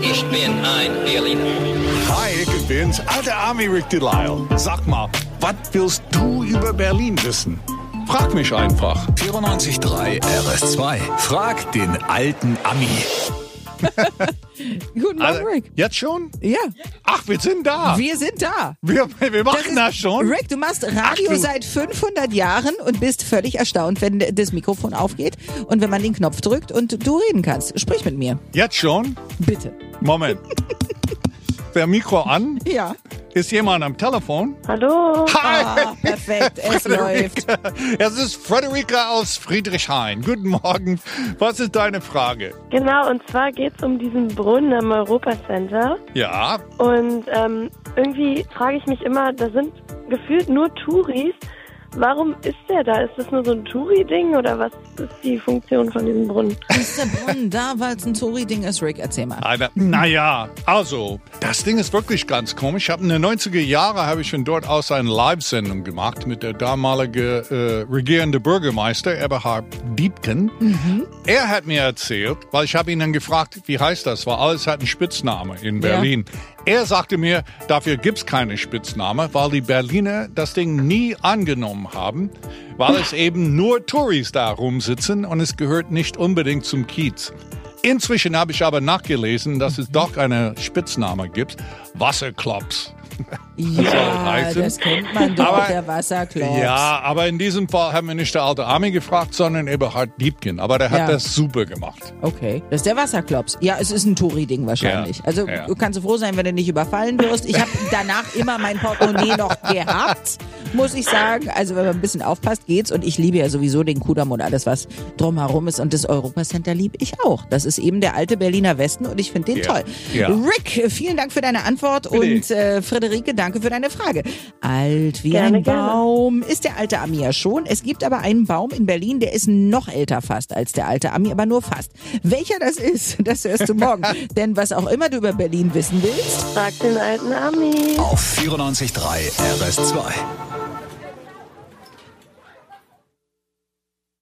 Ich bin ein Berliner. Hi, ich bin's, alter Army Rick Delisle. Sag mal, was willst du über Berlin wissen? Frag mich einfach. 94.3 RS2. Frag den alten Ami. Guten Morgen, Also- Rick. jetzt schon? Ja, Ach, wir sind da. wir sind da. Wir, wir machen das, ist- Ah. schon. Rick, du machst Radio Ach, du- seit 500 Jahren und bist völlig erstaunt, wenn das Mikrofon aufgeht und wenn man den Knopf drückt und du reden kannst. Sprich mit mir, Jetzt schon? bitte. Moment. Der Mikro an. Ja. Ist jemand am Telefon? Hallo. Hi. Ah, perfekt, es läuft. Es ist Frederika aus Friedrichshain. Guten Morgen. Was ist deine Frage? Genau, und zwar geht's um diesen Brunnen am Europa Center. Ja, Und ähm, irgendwie frage ich mich immer, da sind gefühlt nur Touris. Warum ist der da? Ist das nur so ein Touri-Ding oder was ist die Funktion von diesem Brunnen? Das ist der Brunnen da, weil es ein Touri-Ding ist, Rick. Erzähl mal. Alter, naja, also, das Ding ist wirklich ganz komisch. Ich habe in den 90er Jahren habe ich von dort aus eine Live-Sendung gemacht mit der damalige äh, regierende Bürgermeister Eberhard Diebken. Er hat mir erzählt, weil ich habe ihn dann gefragt, wie heißt das, weil alles hat einen Spitzname in Ja. Berlin. Er sagte mir, dafür gibt's keine Spitzname, weil die Berliner das Ding nie angenommen haben, weil es eben nur Touris da rumsitzen und es gehört nicht unbedingt zum Kiez. Inzwischen habe ich aber nachgelesen, dass es doch eine Spitzname gibt, Wasserklops. soll Ja, heißen. das kennt man doch, Aber- der Wasserklops. Ja, aber in diesem Fall haben wir nicht der alte Army gefragt, sondern Eberhard Diebken. Aber der hat Ja. das super gemacht. Okay, das ist der Wasserklops. Ja, es ist ein Touri-Ding wahrscheinlich. Ja, Also ja. du kannst froh sein, wenn du nicht überfallen wirst. Ich habe danach immer mein Portemonnaie noch gehabt, muss ich sagen. Also wenn man ein bisschen aufpasst, geht's. Und ich liebe ja sowieso den Kudamm und alles, was drumherum ist. Und das Europacenter liebe ich auch. Das ist eben der alte Berliner Westen und ich finde den Ja, toll. ja. Rick, vielen Dank für deine Antwort und äh, Friederike, danke für deine Frage. Alt wie Gerne, ein gerne. Baum ist der alte Ami ja schon. Es gibt aber einen Baum in Berlin, der ist noch älter fast als der alte Ami, aber nur fast. Welcher das ist, das hörst du morgen. Denn was auch immer du über Berlin wissen willst, Frag den alten Ami. Auf 94.3 RS2.